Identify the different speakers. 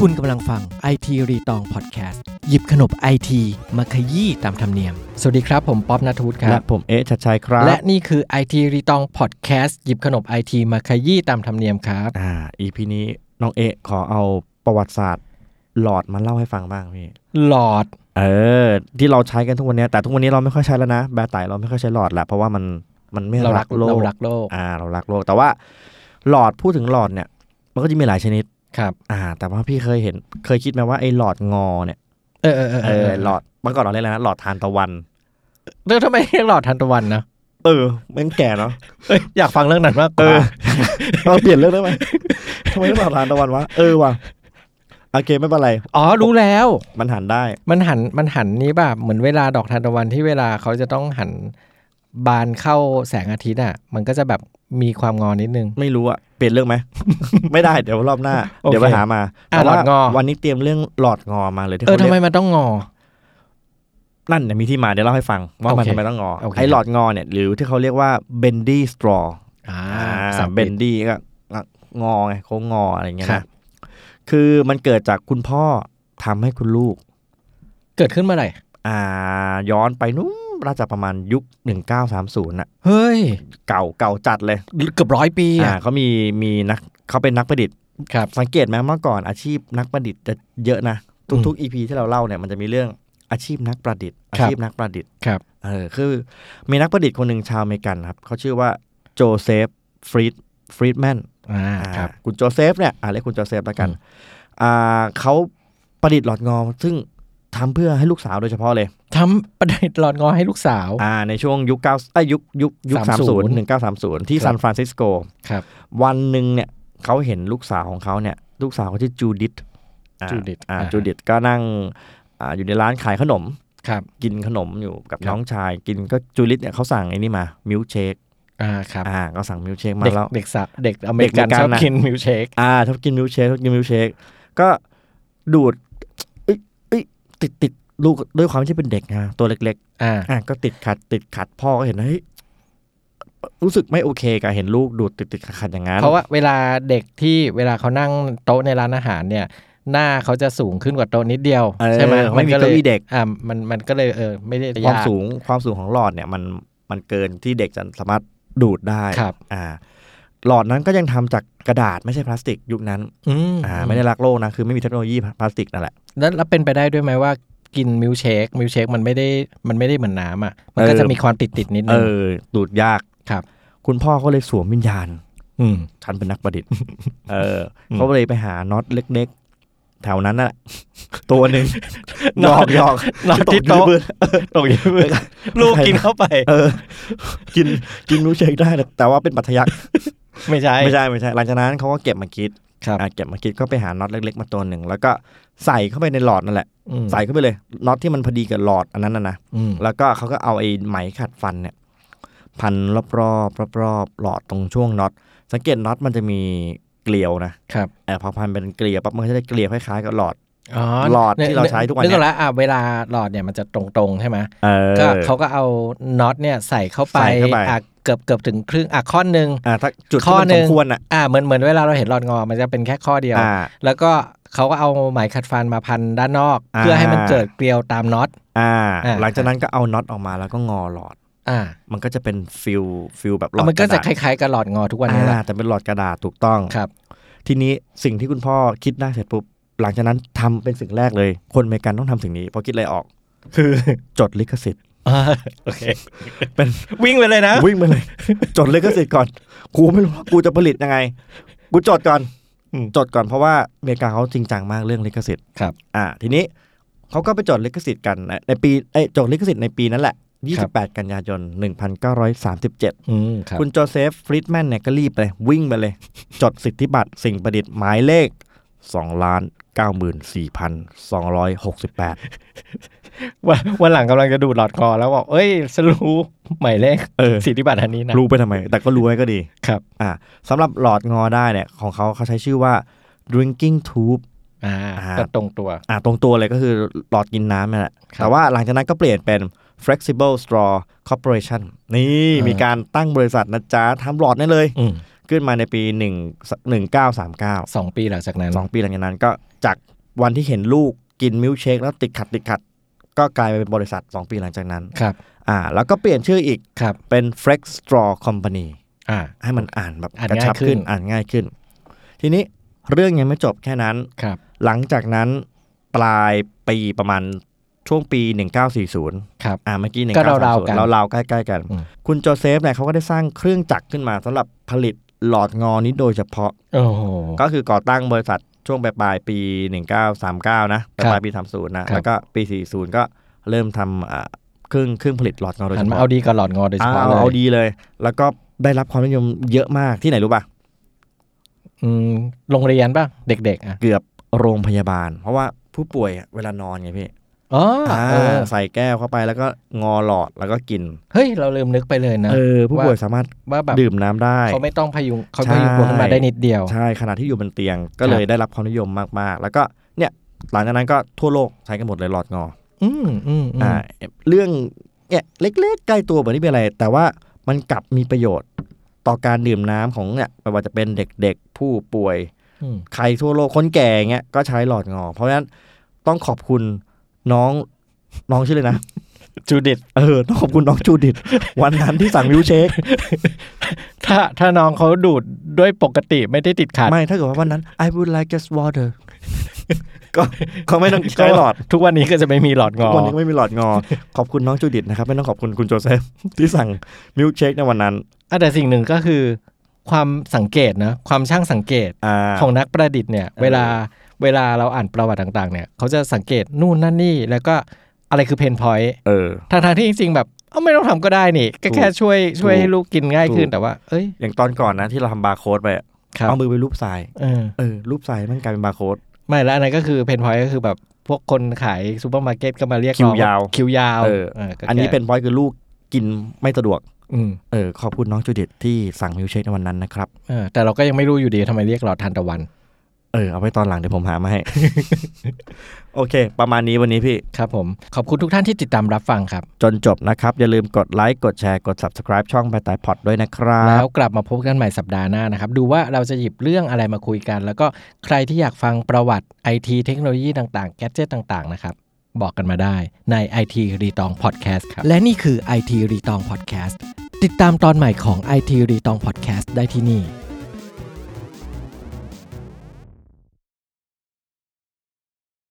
Speaker 1: คุณกำลังฟัง IT รีตองพอดแคสต์หยิบขนบไอทีมาขยี้ตามธรรมเนียม สวัสดีครับ ผมป๊อบนัทวุฒิครั
Speaker 2: และ
Speaker 1: บ
Speaker 2: ผมเอ๊ะชัดชัยครับ
Speaker 1: และนี่คือ IT รีตองพอดแคสต์หยิบขนบไอทีมาขยี้ตามธรรมเนียมครับ
Speaker 2: อ่า EP นี้น้องเอ๊ะขอเอาประวัติศาสตร์หลอดมาเล่าให้ฟังบ้างพี่
Speaker 1: หลอด
Speaker 2: เออ ที่เราใช้กันทุกวันเนี้ยแต่ทุกวันนี้เราไม่ค่อยใช้แล้วนะ แบร์ไตเราไม่ค่อยใช้หลอดละเพราะว่ามันมันไม่
Speaker 1: เรารั
Speaker 2: รั
Speaker 1: ก
Speaker 2: กโล
Speaker 1: เรา
Speaker 2: ก
Speaker 1: รักโลก
Speaker 2: อ่า เรารักโลก แต่ว่าหลอดพูดถึงหลอดเนี่ย มันก็จะมีหลายชนิด
Speaker 1: ครับ
Speaker 2: อ่า แต่ว่าพี่เคยเห็นเคยคิดไหมว่าไอ้หลอดงอเนี่ย
Speaker 1: เออเออเออ
Speaker 2: เออหลอดเมื่อก่อนเราเรียกอะไรนะหลอดทานตะวัน
Speaker 1: เรื่องทำไมเรียกหลอดทันตะวันนะ
Speaker 2: เออแม่งแก่เนาะ
Speaker 1: เอ้ยอยากฟังเรื่องนั้นมากก
Speaker 2: เอ
Speaker 1: ว่า
Speaker 2: อ เราเปลี่ยนเรื่องได้ไหมทำไมต้องหลอดทานตะวันวะเออว่ะโอเคไม่เป็นไร
Speaker 1: อ๋อรู้แล้ว
Speaker 2: มันหันได้
Speaker 1: มันหันมันหันนี้แบบเหมือนเวลาดอกทานตะวันที่เวลาเขาจะต้องหันบานเข้าแสงอาทิตย์อ่ะ มันก็จะแบบมีความงอนิดนึง
Speaker 2: ไม่รู้อะเปลี่ยนเรื่องไหม ไม่ได้เดี๋ยวรอบหน้า
Speaker 1: โอเค
Speaker 2: เดี๋ยวไปหามา
Speaker 1: อ่ะ
Speaker 2: แต่ว่า
Speaker 1: หลอดงอ
Speaker 2: วันนี้เตรียมเรื่องหลอดงอมาเลยที่
Speaker 1: เออ
Speaker 2: เขา
Speaker 1: ทำไม
Speaker 2: เรียก
Speaker 1: มันต้องงอ
Speaker 2: นั่นเนี่ยมีที่มาเดี๋ยวเล่าให้ฟังว่ามัน
Speaker 1: โอเค
Speaker 2: ทำไมต้องงอ
Speaker 1: โอเค
Speaker 2: ไอ้หลอดงอเนี่ยหรือที่เขาเรียกว่า bendy straw
Speaker 1: อ่า
Speaker 2: อ่า
Speaker 1: สามเบน
Speaker 2: bendy ก็งอไงโค้งงออะไรอย่างเงี้ย
Speaker 1: ครั
Speaker 2: นะ
Speaker 1: บ
Speaker 2: คือมันเกิดจากคุณพ่อทำให้คุณลูก
Speaker 1: เกิดขึ้นเมื่อไหร่
Speaker 2: อ่า ย้อนไปนู้นราจะประมาณยุค 1930น่ะ
Speaker 1: เฮ้ย
Speaker 2: เก่าเก่าจัดเลย
Speaker 1: เกือบร้อยปี
Speaker 2: อ่า
Speaker 1: อ่ะ
Speaker 2: เขามีมีนักเขาเป็นนักประดิษฐ์
Speaker 1: ครับ
Speaker 2: สังเกตไหมเมื่อก่อนอาชีพนักประดิษฐ์จะเยอะนะทุกๆ EP ที่เราเล่าเนี่ยมันจะมีเรื่องอาชีพนักประดิษฐ์อาชีพนักประดิษฐ์
Speaker 1: ครับ
Speaker 2: เออคือมีนักประดิษฐ์คนหนึ่งชาวอเมริกันครับเขาชื่อว่าโจเซฟฟรีดฟรีดแมน
Speaker 1: อ่า
Speaker 2: อ่า
Speaker 1: ครับ
Speaker 2: คุณโจเซฟเนี่ยอ่าเรียกคุณโจเซฟแล้วกัน
Speaker 1: อืม
Speaker 2: อ่าเขาประดิษฐ์หลอดงอซึ่งทำเพื่อให้ลูกสาวโดยเฉพาะเลย
Speaker 1: ทำประดิษฐ์หลอดงอให้ลูกสาว
Speaker 2: อ่าในช่วงยุคเก้าเอ้ยยุคยุคยุคสามศูนย์หนึ่งเก้าสามศูนย์ที่
Speaker 1: ครับ
Speaker 2: ซานฟรานซิสโก
Speaker 1: ครับ
Speaker 2: วันหนึ่งเนี่ยเขาเห็นลูกสาวของเขาเนี่ยลูกสาวเขาชื่อจูดิตอ่า
Speaker 1: จูดิต
Speaker 2: อ่า
Speaker 1: อ่า
Speaker 2: จูดิตก็นั่งอ่าอยู่ในร้านขายขนม
Speaker 1: ครับ
Speaker 2: กินขนมอยู่กับ
Speaker 1: ครับ
Speaker 2: น้องชายกินก็จูดิตเนี่ยเขาสั่งไอ้นี่มามิลค์เชค
Speaker 1: อ่าครับ
Speaker 2: อ่าก็สั่งมิลค์เชคมา
Speaker 1: เด็ก
Speaker 2: แล้ว
Speaker 1: เด็กสาวเด็กอเมริกัน
Speaker 2: เด็กอเมริกัน
Speaker 1: ชอบ
Speaker 2: นะ
Speaker 1: กินมิลค์เชค
Speaker 2: อ่าชอบกินมิลค์เชคชอบกินมิลค์เชคก็ดูดเอ้ยเอ้ยติดติดลูกด้วยความที่เป็นเด็กนะตัวเล็ก
Speaker 1: อ่า
Speaker 2: ๆอ่ะก็ติดขัดติดขัดพ่อก็เห็นเฮ้ยรู้สึกไม่โอเคกับเห็นลูกดูดติดติดขัดขัดอย่างนั้น
Speaker 1: เพราะว่าเวลาเด็กที่เวลาเขานั่งโต๊ะในร้านอาหารเนี่ย หน้าเขาจะสูงขึ้นกว่าโต๊ะนิดเดียว
Speaker 2: เออ
Speaker 1: ใช่ไหม
Speaker 2: ไม่มี
Speaker 1: ก็เล
Speaker 2: เก้าย อี้เด็ก
Speaker 1: อ่ามันมันก็เลยเออไม่ได้
Speaker 2: ความ
Speaker 1: ยาก
Speaker 2: สูงความสูงของหลอดเนี่ยมันมันเกินที่เด็กจะสามารถดูดได้
Speaker 1: ครับ
Speaker 2: อ่าหลอดนั้นก็ยังทำจากกระดาษไม่ใช่พลาสติกยุคนั้น
Speaker 1: อืม
Speaker 2: อ่าไม่ได้รักโลกนะ คือไม่มีเทคโนโลยีพลาสติกนั่นแหละ
Speaker 1: แล้วแล้วเป็นไปได้ด้วยไหมว่ากินมิลค์เชคมิลค์เชคมันไม่ได้มันไม่ได้เหมือนน้ำอ่ะมันก็
Speaker 2: เออ
Speaker 1: จะมีความติดติดๆนิด
Speaker 2: เอ
Speaker 1: นึง
Speaker 2: อ ดูดยาก
Speaker 1: ครับ
Speaker 2: คุณพ่อก็เลยสวมวิญญาณ
Speaker 1: อืม
Speaker 2: ฉันเป็นนักประดิษฐ์ เออ
Speaker 1: อืม
Speaker 2: เขาเลยไปหาน็อตเล็กๆ แถวนั้นน่ะ ตัวหนึ่ง ห
Speaker 1: น็
Speaker 2: ย
Speaker 1: อ
Speaker 2: อ
Speaker 1: ต
Speaker 2: กหยอก
Speaker 1: น็อตที่
Speaker 2: ยู่ที่
Speaker 1: โต๊ะ
Speaker 2: พื้น
Speaker 1: ตกยืดลูกกินเข้าไป
Speaker 2: เออ กินกินรู้เช็คได้นะแต่ว่าเป็นปัทยัก
Speaker 1: ไม่ใช่
Speaker 2: ไม่ใช่ไม่ใช่หลังจากนั้นเขาก็เก็บมาคิด
Speaker 1: ครับ
Speaker 2: อ่ะเก็บมาคิดก็ไปหาน็อตเล็ก ๆ มาตัวหนึ่งแล้วก็ใส่เข้าไปในหลอดนั่นแหละ
Speaker 1: อืม
Speaker 2: ใส่เข้าไปเลยน็อตที่มันพอดีกับหลอดอันนั้นนะนะ
Speaker 1: อืม
Speaker 2: แล้วก็เขาก็เอาไอ้ไหมขัดฟันเนี่ยพันรอบๆรอบๆหลอดตรงช่วงน็อต สังเกตน็อตมันจะมีเกลียวนะครับ เออพอพันเป็นเกลียวปั๊บมันก็จะได้เกลียวคล้ายๆกับหลอด
Speaker 1: อ๋อ
Speaker 2: หลอดที่เราใช้ทุกวันเนี่
Speaker 1: นึกอ
Speaker 2: ย
Speaker 1: อกแล้วอ่ะเวลาหลอดเนี่ยมันจะตรงๆใช่ไหม
Speaker 2: เออ
Speaker 1: ก็เขาก็เอาน็อตเนี่ยใส่เข้าไป
Speaker 2: ใส่เข้าไป
Speaker 1: อ่ะเกือบเกือบถึงครึ่งอ่ะข้อหนึ่ง
Speaker 2: อ่าถ้าจุด
Speaker 1: ข้
Speaker 2: ที่
Speaker 1: อ
Speaker 2: มัน
Speaker 1: หนึ่
Speaker 2: ส
Speaker 1: ง
Speaker 2: มควรอ่ะ
Speaker 1: อ่ะเหมือนเหมือนเวลาเราเห็นหลอดงอมันจะเป็นแค่ข้อเดียว
Speaker 2: อ่า
Speaker 1: แล้วก็เขาก็เอาไหมขัดฟันมาพันด้านนอก
Speaker 2: อ่า
Speaker 1: เพื่อให้มันเกิดเกลียวตามน็อต
Speaker 2: อ่า
Speaker 1: อ่า
Speaker 2: หลังจากนั้นก็เอาน็อตออกมาแล้วก็งอหลอด
Speaker 1: อ่า
Speaker 2: มันก็จะเป็นฟิลฟิลแบบหลอด
Speaker 1: มันก็จะ
Speaker 2: รดาษ
Speaker 1: คล้ายๆกับหลอดงอทุกวันนี้แห
Speaker 2: อ่า
Speaker 1: ละ
Speaker 2: แต่เป็นหลอดกระดาษถูกต้อง
Speaker 1: ครับ
Speaker 2: ทีนี้สิ่งที่คุณพ่อคิดได้เสร็จปุ๊บหลังจากนั้นทำเป็นสิ่งแรกเลย คนอเมริกันต้องทำสิ่งนี้เพอคิดอะไรออก คือ จดลิขสิทธิ
Speaker 1: อ่าโอเค
Speaker 2: เป็น
Speaker 1: วิ่งไปเลยนะ
Speaker 2: วิ่งมาเลย จดเลยก็เสร็จก่อน กูไม่รู้ว่ากูจะผลิตยังไง กูจดก่อน
Speaker 1: อืม
Speaker 2: จดก่อนเพราะว่าอเมริกาเขาจริงจังมากเรื่องลิขสิทธิ์
Speaker 1: ครับ
Speaker 2: อ่า ทีนี้เขาก็ไปจดลิขสิทธิ์กันในในปีไอ้ยจดลิขสิทธิ์ในปีนั้นแหละ 28 กันยายน 1937
Speaker 1: อืมครับ
Speaker 2: คุณโจเซฟฟริดแมนเนี่ยก็รีบไปวิ่งไปเลย จดสิทธิบัตรสิ่งประดิษฐ์หมายเลข2ล้าน94,268
Speaker 1: วันวันหลังกำลังจะดูดหลอดงอแล้วบอกเอ้ยสรู้หมายเลข
Speaker 2: เออ
Speaker 1: สิทธิบัตรอันนี้นะ
Speaker 2: รู้ไปทำไม แต่ก็รู้ไว้ก็ดี
Speaker 1: ครับ
Speaker 2: อ่าสำหรับหลอดงอได้เนี่ยของเขาเขาใช้ชื่อว่า drinking tube
Speaker 1: อ่า
Speaker 2: อ่า
Speaker 1: ก็ตรงตัว
Speaker 2: อ่าตรงตัวเลยก็คือหลอดกินน้ำนั่นแหละ
Speaker 1: ครับ
Speaker 2: แต่ว่าหลังจากนั้นก็เปลี่ยนเป็น flexible straw corporation นี่
Speaker 1: อ่ามี
Speaker 2: มีการตั้งบริษัทนะจ๊ะทำหลอดได้เลย
Speaker 1: อืม
Speaker 2: ขึ้นมาในปี 1 1939
Speaker 1: สองปีหลังจากนั้น
Speaker 2: 2 ปีหลังจากนั้นก็จาก วันที่เห็นลูกกินมิลค์เชคแล้วติดขัดติดขัด ก็กลายไปเป็นบริษัท 2 ปีหลังจากนั้น
Speaker 1: ครับ
Speaker 2: อ่า แล้วก็เปลี่ยนชื่ออีก
Speaker 1: ครับ
Speaker 2: เป็น Flex Straw Company
Speaker 1: อ่า
Speaker 2: ให้มันอ่านแบบ
Speaker 1: อ่าน
Speaker 2: กระชับ
Speaker 1: ง่ายขึ้
Speaker 2: ขึ้
Speaker 1: น
Speaker 2: นอ่านง่ายขึ้น ทีนี้เรื่องยังไม่จบแค่นั้น
Speaker 1: ครับ
Speaker 2: หลังจากนั้นปลายปีประมาณช่วงปี 1940
Speaker 1: ครับ
Speaker 2: อ่าเมื่อกี้หนึ่ง
Speaker 1: ก็
Speaker 2: เก้าสาร
Speaker 1: าว
Speaker 2: ม
Speaker 1: ๆ
Speaker 2: น
Speaker 1: กัน
Speaker 2: เราเราๆใกล้ๆกัน
Speaker 1: อืม
Speaker 2: คุณโจเซฟเนี่ยเขาก็ได้สร้างเครื่องจักรขึ้นมาสำหรับผลิตหลอดงอนี้โดยเฉพาะ
Speaker 1: โอ้โห
Speaker 2: ก็คือก่อตั้งบริษัทช่วงปลายๆปี 1939 นะปลายๆปี 30 นะ
Speaker 1: ครับ
Speaker 2: แล้วก็ปี 40 ก็เริ่มทำอ่าเครื่องเครื่องผลิตหลอดงอโดย
Speaker 1: หั
Speaker 2: เฉ
Speaker 1: นมา
Speaker 2: พาะ
Speaker 1: เอาดีกับหลอดงอโดยเฉพาะ
Speaker 2: เอา
Speaker 1: เลย
Speaker 2: เอาดีเลย แล้วก็ได้รับความนิยมเยอะมากที่ไหนรู้ป่ะ
Speaker 1: อืมโรงเรียนป่ะ เด็กๆอ่ะ
Speaker 2: เกือบโรงพยาบาล เพราะว่าผู้ป่วยอะเวลานอนไงพี่
Speaker 1: อ๋อเออ
Speaker 2: อ่าใส่แก้วเข้าไปแล้วก็งอหลอดแล้วก็กิน
Speaker 1: เฮ้ย เราลืมนึกไปเลยนะ
Speaker 2: เออผู้ป่วยสามารถ
Speaker 1: ว่าแบบ
Speaker 2: ดื่มน้ำได้
Speaker 1: เขาไม่ต้องพยุงเขา
Speaker 2: ใช่
Speaker 1: พยุงตัวขึ้นมาได้นิดเดียว
Speaker 2: ใช่ขณะที่อยู่บนเตียงก็
Speaker 1: ครับ
Speaker 2: เลยได้รับความนิยมมาก ๆ แล้วก็เนี่ยหลังจากนั้นก็ทั่วโลกใช้กันหมดเลยหลอดงอ
Speaker 1: อืมอืม
Speaker 2: อ
Speaker 1: อื
Speaker 2: อ่าม เรื่องเนี่ยเล็ก ๆ ใกล้ตัวเหมือนไม่เป็นอะไร แต่ว่ามันกลับมีประโยชน์ต่อการดื่มน้ำของเนี่ยไม่ว่าจะเป็นเด็กๆ ผู้ป่วย
Speaker 1: อืม
Speaker 2: ใครทั่วโลกคนแก่เงี้ยก็ใช้หลอดงอ เพราะฉะนั้นต้องขอบคุณน้องน้องชื่อเลยนะ
Speaker 1: จูดิต
Speaker 2: เออต้องขอบคุณน้องจูดิตวันนั้นที่สั่งมิลค์เชค
Speaker 1: ถ้าถ้าน้องเขาดูดด้วยปกติไม่ได้ติดขัด
Speaker 2: ไม่ถ้าเกิดว่าวันนั้น I would like just water ก็ก็ไม่ต้องใช้หลอด
Speaker 1: ทุกวันนี้ก็จะไม่มีหลอดง
Speaker 2: ทุ
Speaker 1: อก
Speaker 2: วันนี้ก็ไม่มีหลอดงอ ขอบคุณน้องจูดิตนะครับ ไม่ต้องขอบคุณคุณโจเซฟ ที่สั่งมิลค์เชคในวันนั้น
Speaker 1: อ่ะแต่สิ่งหนึ่งก็คือ ความสังเกตนะความช่างสังเกต
Speaker 2: อ่า
Speaker 1: ของนักประดิษฐ์เนี่ย
Speaker 2: เออ
Speaker 1: เวลาเวลาเราอ่านประวัติต่าง ๆ เนี่ยเขาจะสังเกตนู่นนั่นนี่ แล้วก็อะไรคือเพนพอยต์
Speaker 2: เออ
Speaker 1: ทางทางๆที่จริงๆแบบเอ้าไม่ต้องทำก็ได้นี่ก็แค่ช่วยช่วยให้ลูกกินง่ายขึ้
Speaker 2: ถู
Speaker 1: น
Speaker 2: ก
Speaker 1: แต่ว่า เอ้ย
Speaker 2: อย่างตอนก่อนนะที่เราทำบาร์โค้ดไปอะ
Speaker 1: ครับ
Speaker 2: เอามือไปรูปทราย
Speaker 1: เออ
Speaker 2: เออ รูปทรายมันกลายเป็นบาร์โค้ด
Speaker 1: ไม่แล้วอันนั้นก็คือเพนพอยต์ก็คือแบบพวกคนขายซูเปอร์มาร์เก็ตก็มาเรียก
Speaker 2: คิวยาว
Speaker 1: คิวยาว
Speaker 2: เออ
Speaker 1: ก็แค่
Speaker 2: อันนี้เป็นพอยต์คือลูกกินไม่สะดวก
Speaker 1: อืม
Speaker 2: เออ ขอบคุณน้องจูดิตที่สั่งมิลค์เชคในวันนั้นนะครับ
Speaker 1: เออแต่เราก็ยังไม่รู้อยู่ดีทำไมเรียกหลอดทานตะวัน
Speaker 2: เออ เอาไว้ตอนหลังเดี๋ยวผมหามาให้ โอเค ประมาณนี้วันนี้พี่
Speaker 1: ครับผมขอบคุณทุกท่านที่ติดตามรับฟังครับ
Speaker 2: จนจบนะครับ อย่าลืมกดไลค์ กดแชร์ กด subscribe ช่องไปตายพอดด้วยนะครั
Speaker 1: แล้
Speaker 2: บ
Speaker 1: วกลับมาพบกันใหม่สัปดาห์หน้านะครับ ดูว่าเราจะหยิบเรื่องอะไรมาคุยกัน แล้วก็ใครที่อยากฟังประวัติไอทีเทคโนโลยีต่างๆ แกจเจตต่างๆ นะครับ บอกกันมาได้ใน IT รีตองพอดแคสต์ครับ และนี่คือ IT รีตองพอดแคสต์ติดตามตอนใหม่ของ IT รีตองพอดแคสต์ได้ที่นี่